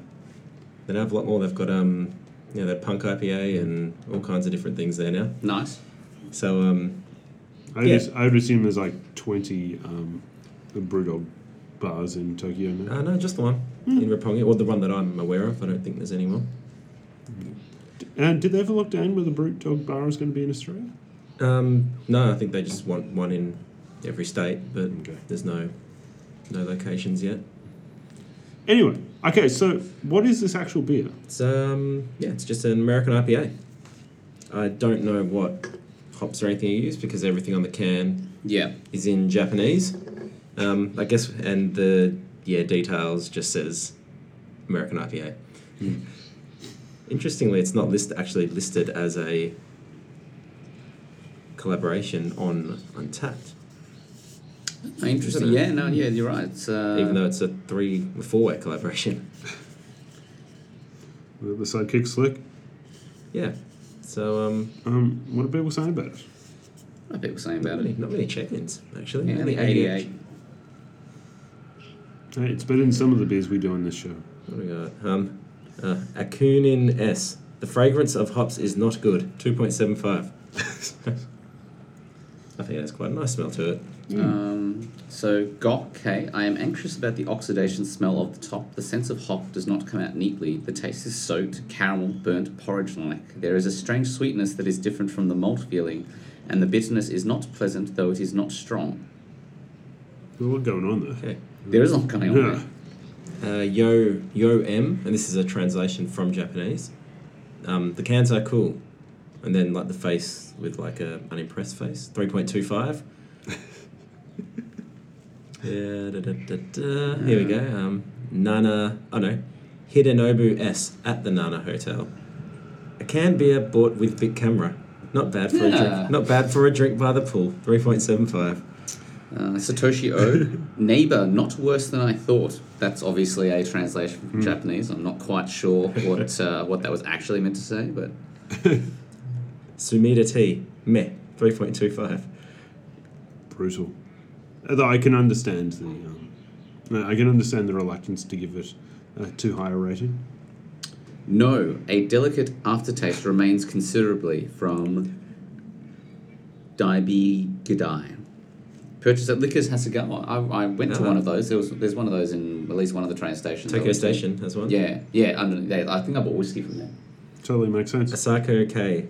Speaker 3: They now have a lot more. They've got um, you know, their punk IPA and all kinds of different things there now.
Speaker 2: Nice.
Speaker 3: So um,
Speaker 1: I would,
Speaker 3: Yeah.
Speaker 1: as- I would assume there's like 20 um, Brewdog bars in Tokyo now.
Speaker 3: uh, no, just the one in Roppongi, or the one that I'm aware of. I don't think there's any more.
Speaker 1: And did they ever look down whether Brute Dog Bar is going to be in Australia?
Speaker 3: Um, no, I think they just want one in every state, but
Speaker 1: Okay.
Speaker 3: there's no no locations yet.
Speaker 1: Anyway, okay, so what is this actual beer?
Speaker 3: It's um, yeah, it's just an American IPA. I don't know what hops or anything you use because everything on the can
Speaker 2: Yeah,
Speaker 3: is in Japanese. Um, I guess, and the yeah details just says American IPA.
Speaker 2: Hmm.
Speaker 3: Interestingly, it's not list actually listed as a collaboration on Untapped,
Speaker 2: interesting. Yeah, no, yeah, you're right. It's, uh,
Speaker 3: even though it's a three four way collaboration. <laughs>
Speaker 1: The, the sidekick slick.
Speaker 3: Yeah. So um,
Speaker 1: Um, what are people saying about it?
Speaker 2: what are people saying about
Speaker 3: not many,
Speaker 2: it?
Speaker 3: not many check-ins actually.
Speaker 2: Yeah,
Speaker 3: Only
Speaker 2: the 88.
Speaker 1: Uh, It's better than some of the beers we do on this show.
Speaker 3: What do we got? Um, uh, Akunin S. The fragrance of hops is not good. Two point seven five. <laughs> I think it has quite a nice smell to it.
Speaker 2: Um, so, Gok K, I am anxious about the oxidation smell of the top. The sense of hop does not come out neatly. The taste is soaked, caramel, burnt, porridge like. There is a strange sweetness that is different from the malt feeling, and the bitterness is not pleasant, though it is not strong.
Speaker 1: There's a lot going on there.
Speaker 3: Okay.
Speaker 2: There is a lot going on
Speaker 1: Yeah.
Speaker 2: there.
Speaker 3: Uh, Yo Yo M, and this is a translation from Japanese. Um, the cans are cool, and then like the face with like a unimpressed face. Three point two five. <laughs> Yeah, da, da, da, da. Here we go. Um, Nana, oh no, Hidenobu S at the Nana Hotel. A canned beer bought with big camera. Not bad for a
Speaker 2: Yeah.
Speaker 3: drink. Not bad for a drink by the pool. Three point seven five.
Speaker 2: Uh, Satoshi
Speaker 3: <laughs>
Speaker 2: O, neighbor, not worse than I thought. That's obviously a translation
Speaker 3: Hmm.
Speaker 2: from Japanese. I'm not quite
Speaker 3: <laughs>
Speaker 2: sure what uh, what that was actually meant to say, but
Speaker 3: Sumida T, meh. Three point two five.
Speaker 1: Brutal. Although I can understand the, um, uh, I can understand the reluctance to give it uh, too high a rating.
Speaker 2: No, a delicate aftertaste remains considerably from Daibi Gidai. Purchased at Liquors Hasegawa. I, I went to
Speaker 3: Uh-huh.
Speaker 2: one of those. There was, there's one of those in at least one of the train stations. I
Speaker 3: Tokyo
Speaker 2: went to.
Speaker 3: Station has one.
Speaker 2: Yeah, yeah. Under, they, I think I bought whiskey from there.
Speaker 1: totally makes sense.
Speaker 3: Asako K.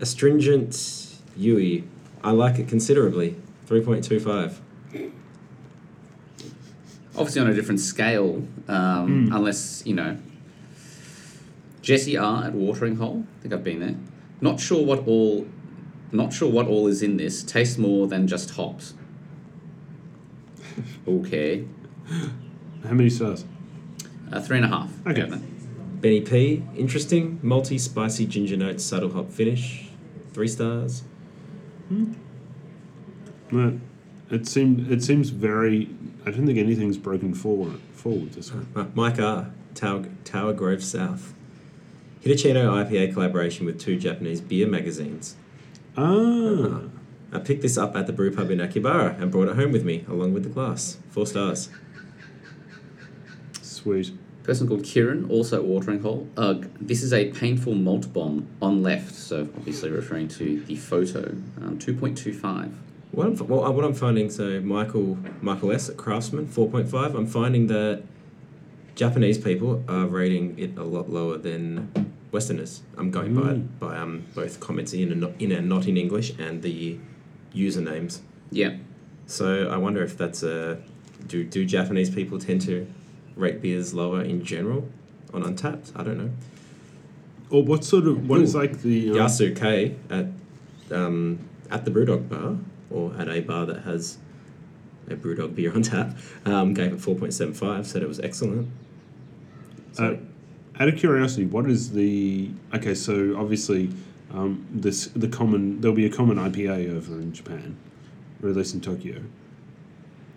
Speaker 3: Astringent Yui. I like it considerably. 3.25.
Speaker 2: Obviously on a different scale, um, unless, you know. Jesse R at Watering Hole. I think I've been there. Not sure what all not sure what all is in this. Tastes more than just hops. Okay.
Speaker 1: How many stars?
Speaker 2: Uh, three and a half.
Speaker 1: Okay.
Speaker 3: Benny P. Interesting. Multi spicy ginger notes, subtle hop finish. Three stars.
Speaker 1: No, it seemed it seems very. I don't think anything's broken forward forward this one.
Speaker 3: Uh, Mike R. Tower, Tower Grove South. Hitachino IPA collaboration with two Japanese beer magazines.
Speaker 1: Ah,
Speaker 3: I picked this up at the brew pub in Akibara and brought it home with me, along with the glass. Four stars.
Speaker 1: sweet.
Speaker 2: Person called Kieran, also at Watering Hole. Ugh, this is a painful malt bomb on left, so obviously referring to the photo. Um, 2.25.
Speaker 3: What I'm, f- well, uh, what I'm finding, so Michael Michael S at Craftsman, 4.5, I'm finding that Japanese people are rating it a lot lower than Westerners. I'm going
Speaker 1: Mm.
Speaker 3: by by um, both comments in and not in and not in English and the usernames.
Speaker 2: Yeah.
Speaker 3: So I wonder if that's a do do Japanese people tend to rate beers lower in general on Untapped? I don't know.
Speaker 1: Or what sort of what is
Speaker 3: Ooh.
Speaker 1: like the um,
Speaker 3: Yasu K at um, at the Brewdog bar or at a bar that has a Brewdog beer on tap um, gave it four point seven five. Said it was excellent.
Speaker 1: Uh, out of curiosity, what is the okay? So obviously, um, this the common there'll be a common IPA over in Japan, or at least in Tokyo.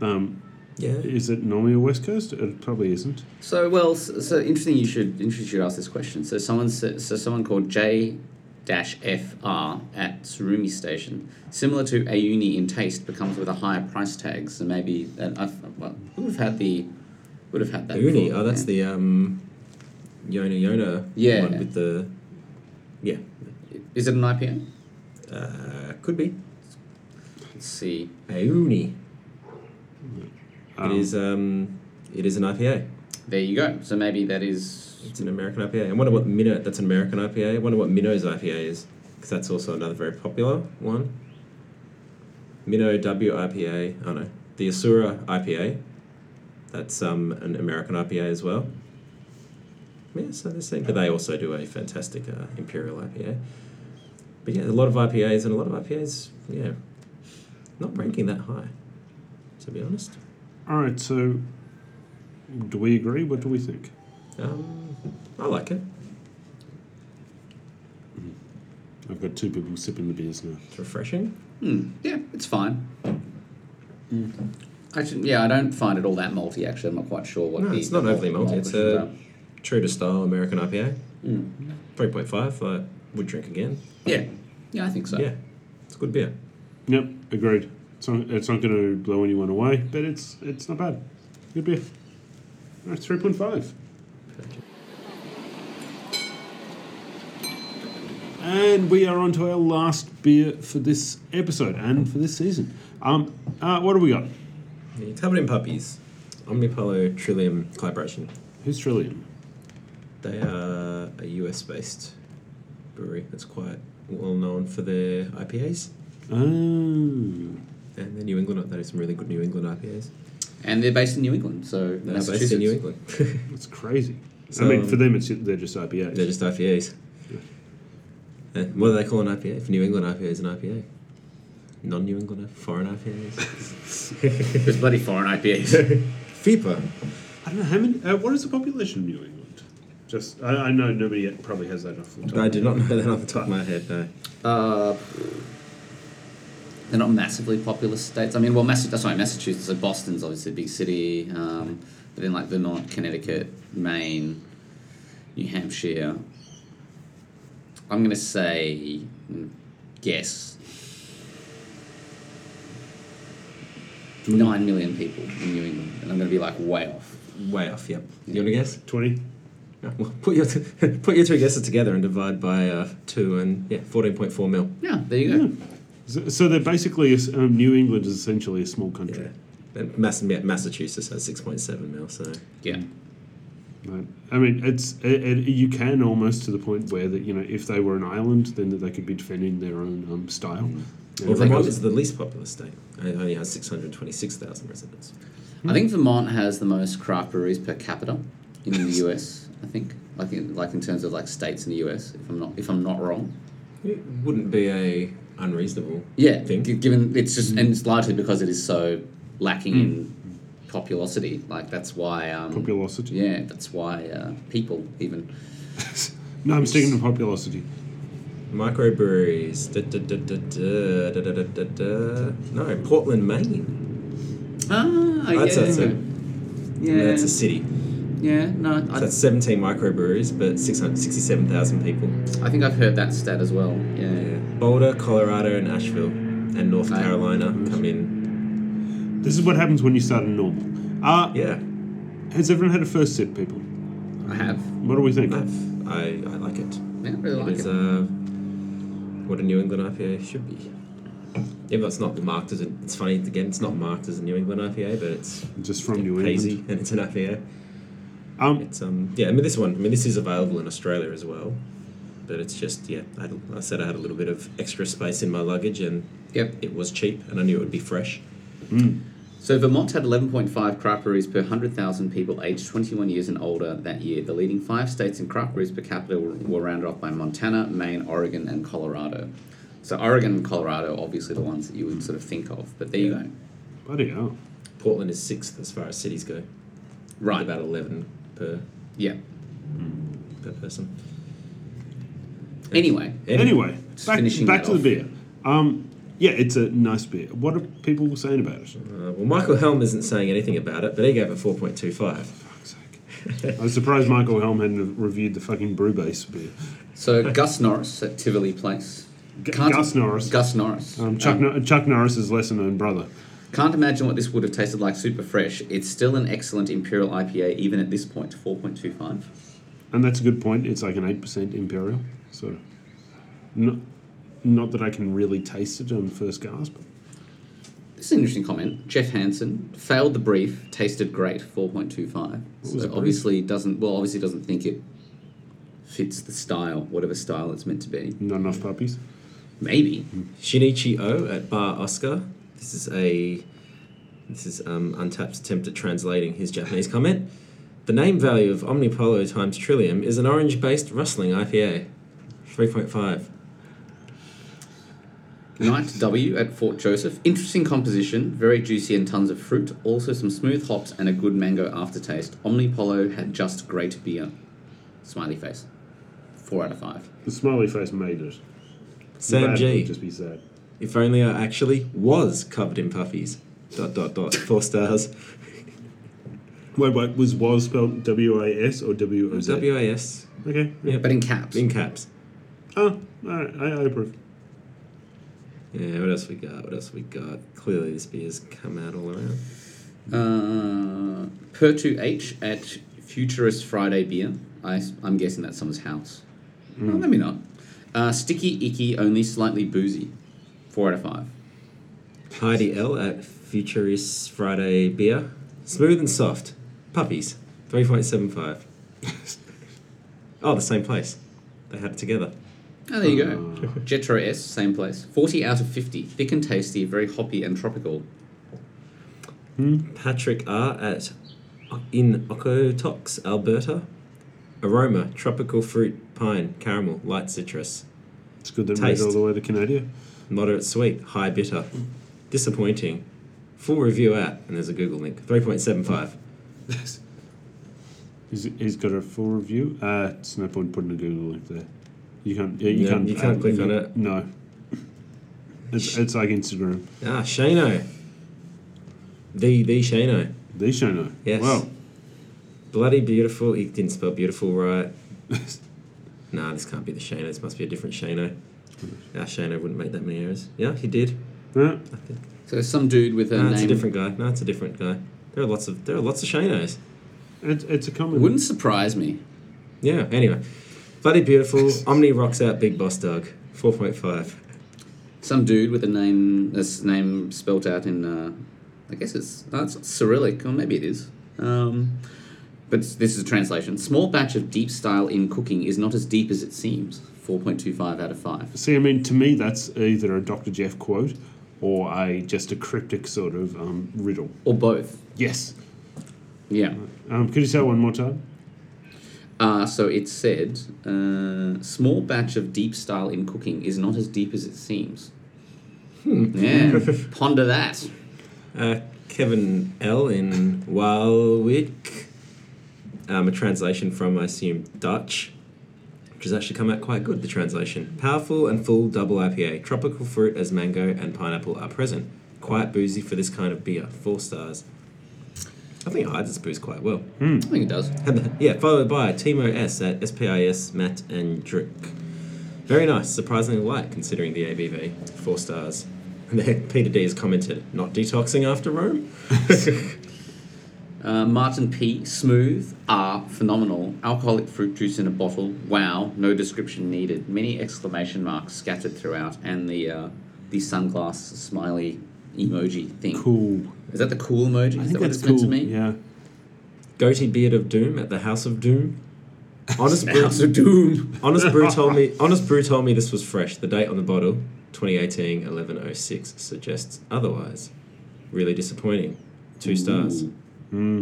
Speaker 1: Um,
Speaker 3: Yeah.
Speaker 1: is it normally a West Coast? It probably isn't.
Speaker 2: So well, so, so interesting. You should interesting. You should ask this question. So someone, sa- so someone called J dash FR at Surumi Station, similar to Ayuni in taste, but comes with a higher price tag. So maybe that I've, well, would have had the would have had that.
Speaker 3: Uni.
Speaker 2: before,
Speaker 3: Oh, that's
Speaker 2: yeah.
Speaker 3: the um, Yona Yona
Speaker 2: Yeah.
Speaker 3: one with the yeah.
Speaker 2: Is it an IPA?
Speaker 3: Uh, could be
Speaker 2: Let's see.
Speaker 3: a uni.
Speaker 1: Um,
Speaker 3: it is um, it is an IPA.
Speaker 2: There you go. So maybe that is.
Speaker 3: It's an American IPA. I wonder what Minnow. That's an American IPA. I wonder what Minnow's IPA is, because that's also another very popular one. Minnow W IPA. Oh no, the Asura IPA. That's um, an American IPA as well. Yeah, so this thing. But they also do a fantastic uh, Imperial IPA. But yeah, a lot of IPAs and a lot of IPAs. Yeah, not ranking that high, to be honest.
Speaker 1: all right. So, do we agree? What do we think?
Speaker 3: Um, I like it.
Speaker 1: I've got two people sipping the beers now.
Speaker 3: It's refreshing.
Speaker 2: Hmm, yeah, it's fine.
Speaker 3: Hmm.
Speaker 2: Actually, yeah, I don't find it all that malty. Actually, I'm not quite sure what.
Speaker 3: No,
Speaker 2: the,
Speaker 3: it's not
Speaker 2: the
Speaker 3: overly
Speaker 2: malt-
Speaker 3: malty.
Speaker 2: malt
Speaker 3: It's
Speaker 2: was
Speaker 3: a
Speaker 2: about.
Speaker 3: true to style American IPA.
Speaker 2: Mm.
Speaker 3: 3.5, I would drink again.
Speaker 2: Yeah, yeah, I think so.
Speaker 3: Yeah, it's good beer.
Speaker 1: Yep, agreed. It's not, it's not going to blow anyone away, but it's it's not bad. Good beer. All right, three point five. And we are on to our last beer for this episode and for this season. Um, uh, what do we got?
Speaker 3: The Tabardin Puppies, Omnipolo Trillium collaboration.
Speaker 1: Who's Trillium?
Speaker 3: They are a US based brewery that's quite well known for their IPAs.
Speaker 1: Oh,
Speaker 3: And the New England, they do some really good New England IPAs.
Speaker 2: And they're based in New England, so
Speaker 3: They're
Speaker 2: Massachusetts.
Speaker 3: based in New England.
Speaker 1: that's crazy. I
Speaker 3: So,
Speaker 1: mean,
Speaker 3: um,
Speaker 1: for them, it's they're just IPAs.
Speaker 3: <laughs> They're just IPAs. And what do they call an IPA? For New England IPA is an IPA. Non New England, foreign
Speaker 2: <laughs>
Speaker 3: IPAs.
Speaker 2: There's bloody foreign
Speaker 3: <laughs>
Speaker 2: IPAs.
Speaker 3: FIPA.
Speaker 1: I don't know how many. Uh, what is the population of New England? Just I, I know nobody yet probably has that off the top.
Speaker 3: I do not know that off the top of my head, no.
Speaker 2: uh, they're not massively populous states. I mean, well, Massa- that's right, Massachusetts. So Boston's obviously a big city, um, but then like Vermont, Connecticut, Maine, New Hampshire. I'm gonna say mm, guess.
Speaker 3: Hmm.
Speaker 2: Nine million people in New England, and I'm gonna be like way off.
Speaker 3: Way off, yep. You want to guess?
Speaker 1: Twenty.
Speaker 3: No. Well, put your <laughs> put your two guesses together and divide by uh, two, and yeah, fourteen point four mil.
Speaker 2: Yeah, there you go.
Speaker 3: Hmm.
Speaker 1: Hmm. So, so they're basically um, New England is essentially a small
Speaker 3: Yeah.
Speaker 1: country.
Speaker 3: And Mass- Massachusetts has six point seven mil, so
Speaker 2: Yeah.
Speaker 1: Right. I mean, it's it, it, you can almost to the point where that you know if they were an island, then that they could be defending their own um, style.
Speaker 2: Mm.
Speaker 1: You
Speaker 3: Well,
Speaker 1: know,
Speaker 3: Vermont is the least populous state. It only has 626,000 residents.
Speaker 2: I think Vermont has the most craft breweries per capita in the US. I think, like in, like in terms of like states in the US, if I'm not if I'm not wrong.
Speaker 3: It wouldn't be a unreasonable
Speaker 2: Yeah,
Speaker 3: thing.
Speaker 2: g- given it's just and it's largely because it is so lacking in populosity. Like that's why. Um,
Speaker 1: populosity.
Speaker 2: Yeah, that's why uh, people even.
Speaker 1: No, I'm sticking to populosity.
Speaker 3: Microbreweries. Da, da, da, da, da, da, da, da, da. No, Portland, Maine.
Speaker 2: Ah, yeah,
Speaker 3: That's a-
Speaker 2: yeah,
Speaker 3: And That's a city.
Speaker 2: yeah. No,
Speaker 3: So
Speaker 2: I,
Speaker 3: that's 17 microbreweries, but 667,000 people.
Speaker 2: I think I've heard that stat as well. Yeah,
Speaker 3: Boulder, Colorado, and Asheville, and North
Speaker 2: Right.
Speaker 3: Carolina come in.
Speaker 1: This is what happens when you start a normal. Uh,
Speaker 3: Yeah,
Speaker 1: Has everyone had a first sip, people?
Speaker 2: I have.
Speaker 1: What do we think?
Speaker 3: I've, I, I like it.
Speaker 2: Yeah, I really like
Speaker 3: It is
Speaker 2: it.
Speaker 3: uh, what a New England IPA should be. Even though it's not marked as a, it's funny again. It's not marked as a New England IPA, but it's
Speaker 1: Just from New
Speaker 3: hazy
Speaker 1: England.
Speaker 3: and it's an IPA.
Speaker 1: Um,
Speaker 3: It's um yeah. I mean this one. I mean this is available in Australia as well, but it's just yeah. I, had- I said I had a little bit of extra space in my luggage and
Speaker 2: Yep.
Speaker 3: it was cheap and I knew it would be fresh.
Speaker 2: So Vermont had 11.5 craft breweries per 100,000 people aged 21 years and older that year. The leading five states in craft breweries per capita were, were rounded off by Montana, Maine, Oregon, and Colorado. So Oregon and Colorado, are obviously the ones that you would sort of think of, but there you
Speaker 3: Yeah.
Speaker 2: go.
Speaker 1: bloody hell.
Speaker 3: Portland is sixth as far as cities go.
Speaker 2: Right.
Speaker 3: about eleven per
Speaker 2: Yeah.
Speaker 3: per person.
Speaker 2: Anyway,
Speaker 1: Anyway,
Speaker 2: Just
Speaker 1: back,
Speaker 2: finishing
Speaker 1: back
Speaker 2: that
Speaker 1: to the beer.
Speaker 2: off.
Speaker 1: Um, yeah, it's a nice beer. What are people saying about it?
Speaker 3: Uh, well, Michael Helm isn't saying anything about it, but he gave it four point two five.
Speaker 1: Fuck's sake. <laughs> I was surprised Michael Helm hadn't reviewed the fucking brew base beer.
Speaker 2: so Gus Norris at Tivoli Place.
Speaker 1: G-
Speaker 2: Can't-
Speaker 1: Gus Norris.
Speaker 2: Gus Norris. Um,
Speaker 1: Um, Chuck, Nor- Chuck Norris's lesser known brother.
Speaker 2: Can't imagine what this would have tasted like super fresh. It's still an excellent Imperial IPA, even at this point, 4.25.
Speaker 1: And that's a good point. It's like an 8% Imperial. So, not, not that I can really taste it on first gasp.
Speaker 2: This is an interesting comment. Jeff Hansen failed the brief, tasted great, 4.25.
Speaker 1: was the
Speaker 2: So
Speaker 1: brief?
Speaker 2: obviously doesn't, well, obviously doesn't think it fits the style, whatever style it's meant to be.
Speaker 1: Not enough puppies.
Speaker 2: Maybe.
Speaker 1: Hmm.
Speaker 3: Shinichi O at Bar Oscar. This is a this is um, Untapped's attempt at translating his Japanese comment. The name value of Omnipolo times Trillium is an orange-based rustling IPA, three point five.
Speaker 2: Knight W at Fort Joseph. Interesting composition, very juicy and tons of fruit. Also some smooth hops and a good mango aftertaste. Omnipolo had just great beer. Smiley face. Four out of five.
Speaker 1: The smiley face made it.
Speaker 3: Sam
Speaker 1: Bad
Speaker 3: G.
Speaker 1: would Just be sad.
Speaker 3: If only I actually was covered in puffies. Dot dot dot. Four stars.
Speaker 1: Wait, wait. Was was spelled W A S or W O Z?
Speaker 3: W A S
Speaker 1: Okay. Yeah.
Speaker 2: But in caps.
Speaker 3: in caps.
Speaker 1: Oh, all right. I, I approve.
Speaker 3: Yeah. What else we got? What else we got? Clearly, this beer's come out all around.
Speaker 2: Uh, Pertu H at Futurist Friday Beer. I, am guessing that's someone's house.
Speaker 3: Hmm.
Speaker 2: Well, maybe not. Uh, sticky Icky, only slightly boozy. Four out of five.
Speaker 3: Heidi L at Futurist Friday Beer. Smooth and soft. Puppies. 3.75. <laughs> oh, the same place. They had it together.
Speaker 2: Oh, there you
Speaker 3: Uh.
Speaker 2: go. Jetro S, same place. 40 out of 50. Thick and tasty, very hoppy and tropical.
Speaker 3: Patrick R at in Okotox, Alberta. Aroma, tropical fruit, pine, caramel, light citrus.
Speaker 1: It's good that we made it
Speaker 3: Taste.
Speaker 1: all the way to Canada.
Speaker 3: Moderate sweet, high bitter. Disappointing. Full review at, and there's a Google link, 3.75.
Speaker 1: He's, he's got a full review. Uh, it's no point putting a Google link there. You can't. Yeah, you
Speaker 3: Yeah,
Speaker 1: can't.
Speaker 3: you can't
Speaker 1: uh,
Speaker 3: click on it.
Speaker 1: No. It's, it's like Instagram.
Speaker 3: Ah, Shano. The, the Shano.
Speaker 1: They show no. <laughs>
Speaker 3: Yes.
Speaker 1: Wow.
Speaker 3: Bloody beautiful. He didn't spell beautiful right. nah, this can't be the Shano. This must be a different Shano. Our Shano wouldn't make that many errors. Yeah, he did.
Speaker 1: Yeah.
Speaker 3: I think.
Speaker 2: So some dude with a
Speaker 3: No, it's a
Speaker 2: name.
Speaker 3: different guy. No, it's a different guy. There are lots of there are lots of Shanos.
Speaker 1: It's, it's a common.
Speaker 2: Wouldn't surprise me.
Speaker 3: Yeah. Anyway, bloody beautiful. Omni rocks out. Big boss dog. Four point five.
Speaker 2: Some dude with a name, this name oh, spelt out in, uh, I guess it's, no, it's Cyrillic, or maybe it is. Um, But s- this is a translation. Small batch of deep style in cooking is not as deep as it seems. 4.25 out of 5.
Speaker 1: See, I mean, to me, that's either a Dr. Jeff quote or a just a cryptic sort of um, riddle.
Speaker 2: Or both.
Speaker 1: Yes.
Speaker 2: Yeah.
Speaker 1: Um, could you say it one more time?
Speaker 2: Uh, so it said, uh, small batch of deep style in cooking is not as deep as it seems. Yeah, ponder that.
Speaker 3: Uh, Kevin L. in Walwick. Um, a translation from, I assume, Dutch, which has actually come out quite good, the translation. Powerful and full double IPA. Tropical fruit as mango and pineapple are present. Quite boozy for this kind of beer. Four stars. I think it hides its booze quite well.
Speaker 2: I think it does.
Speaker 3: <laughs> yeah, followed by Timo S. at SPIS, Matt and Drick. Very nice, surprisingly light considering the ABV. Four stars. <laughs> And then Peter D has commented, not detoxing after Rome?
Speaker 2: Uh, Martin P. Smooth. R. Phenomenal. Alcoholic fruit juice in a bottle. Wow. No description needed. Many exclamation marks scattered throughout, and the uh, the sunglass smiley emoji thing.
Speaker 1: Cool.
Speaker 2: Is that the cool emoji?
Speaker 1: I think
Speaker 2: Is that what
Speaker 1: that's
Speaker 2: it's
Speaker 1: cool.
Speaker 2: meant to me?
Speaker 1: Yeah.
Speaker 3: Goatee Beard of Doom at the House
Speaker 2: <laughs>
Speaker 3: of Doom. Honest Brew,
Speaker 2: House of Doom.
Speaker 3: <laughs> Honest Brew
Speaker 2: <laughs>
Speaker 3: told me Honest Brew told me this was fresh. The date on the bottle, 2018 1106, suggests otherwise. Really disappointing. Two stars.
Speaker 2: Ooh. Hmm.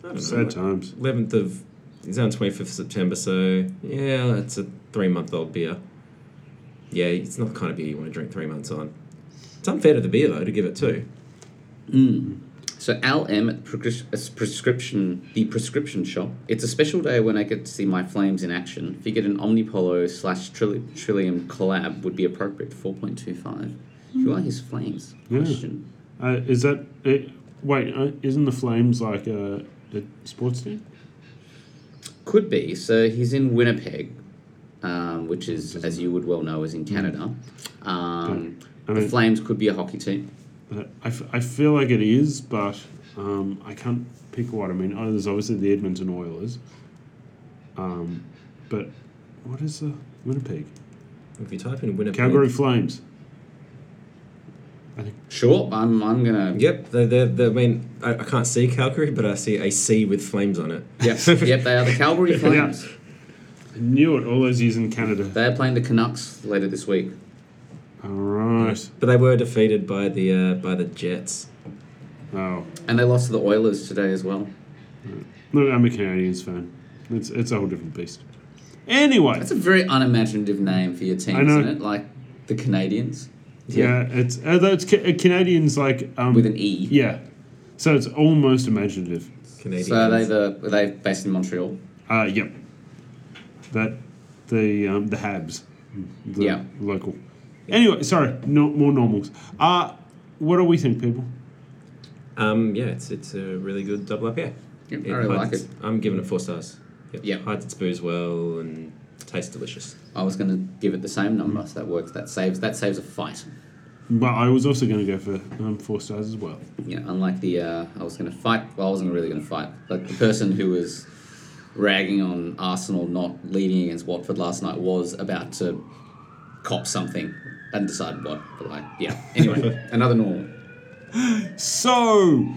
Speaker 3: I don't know,
Speaker 1: Sad
Speaker 3: like-
Speaker 1: times.
Speaker 3: 11th of it's on 25th of September, so yeah, it's a three month old beer. Yeah, it's not the kind of beer you want to drink three months on. It's unfair to the beer though to give it two.
Speaker 2: So LM at prescri- as prescription the prescription shop. It's a special day when I get to see my flames in action. Figured an Omnipolo slash Trilli- Trillium collab would be appropriate. Four point two five. Who are his flames?
Speaker 1: Yeah.
Speaker 2: Question.
Speaker 1: Uh, is that. It, wait, uh, isn't the Flames like a, a sports team?
Speaker 2: Could be. So he's in Winnipeg, um, which is, as you would well know, is in Canada. Um,
Speaker 1: Hmm. I
Speaker 2: the
Speaker 1: mean-
Speaker 2: Flames could be a hockey team.
Speaker 1: Uh, I, f- I feel like it is, but um, I can't pick what. I mean, oh, there's obviously the Edmonton Oilers. Um, but what is the Winnipeg?
Speaker 3: If you type in Winnipeg,
Speaker 1: Calgary Flames. I think
Speaker 2: Sure, I'm. I'm gonna.
Speaker 3: Yep, they're, they're, they're, I mean, I, I can't see Calgary, but I see a C with flames on it.
Speaker 2: <laughs> Yep. yep. They are
Speaker 1: <laughs>
Speaker 2: the Calgary Flames.
Speaker 1: I knew it all those years in Canada.
Speaker 2: They are playing the Canucks later this week.
Speaker 1: All right.
Speaker 3: But they were defeated by the uh, by the Jets.
Speaker 1: Oh,
Speaker 2: And they lost to the Oilers today as well.
Speaker 1: look, I'm a Canadians fan. It's it's a whole different beast. Anyway,
Speaker 2: That's a very unimaginative name for your team,
Speaker 1: I know.
Speaker 2: isn't it? Like the Canadians
Speaker 1: yeah, it's although it's ca- uh, Canadians like um
Speaker 2: with an E.
Speaker 1: yeah, so it's almost imaginative.
Speaker 3: Canadians.
Speaker 2: So are they the are they based in Montreal?
Speaker 1: Uh, yep. That the um, the Habs, the
Speaker 2: Yeah.
Speaker 1: local. Anyway, sorry, no more normals. Uh what do we think, people?
Speaker 3: um, yeah, it's it's a really good double up, yeah.
Speaker 2: Yeah, I really like
Speaker 3: hides-
Speaker 2: it.
Speaker 3: I'm giving it four stars. Yep.
Speaker 2: Yeah.
Speaker 3: Hides its booze well and tastes delicious.
Speaker 2: I was going to give it the same number, so that works. That saves that saves a fight.
Speaker 1: Well, I was also going to go for um, four stars as well.
Speaker 2: Yeah, unlike the uh, I was going to fight. Well, I wasn't really going to fight. Like the person who was ragging on Arsenal not leading against Watford last night was about to cop something and decide what. But like, yeah. Anyway, another normal.
Speaker 1: So,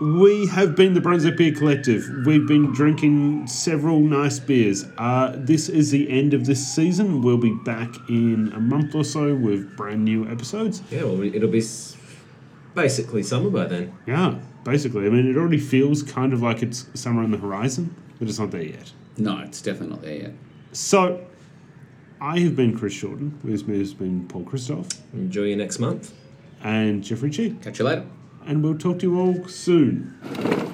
Speaker 1: we have been the Brunswick Beer Collective. We've been drinking several nice beers. Uh, this is the end of this season. We'll be back in a month or so with brand new episodes.
Speaker 3: Yeah, well, it'll be s- basically summer by then.
Speaker 1: Yeah, basically. I mean, it already feels kind of like it's somewhere on the horizon, but it's not there yet.
Speaker 2: No, it's definitely not there yet.
Speaker 1: So, I have been Chris Shorten. With me has been Paul Christoph
Speaker 3: Enjoy your next month.
Speaker 1: and Jeffrey Cheek.
Speaker 2: Catch you later.
Speaker 1: And we'll talk to you all soon.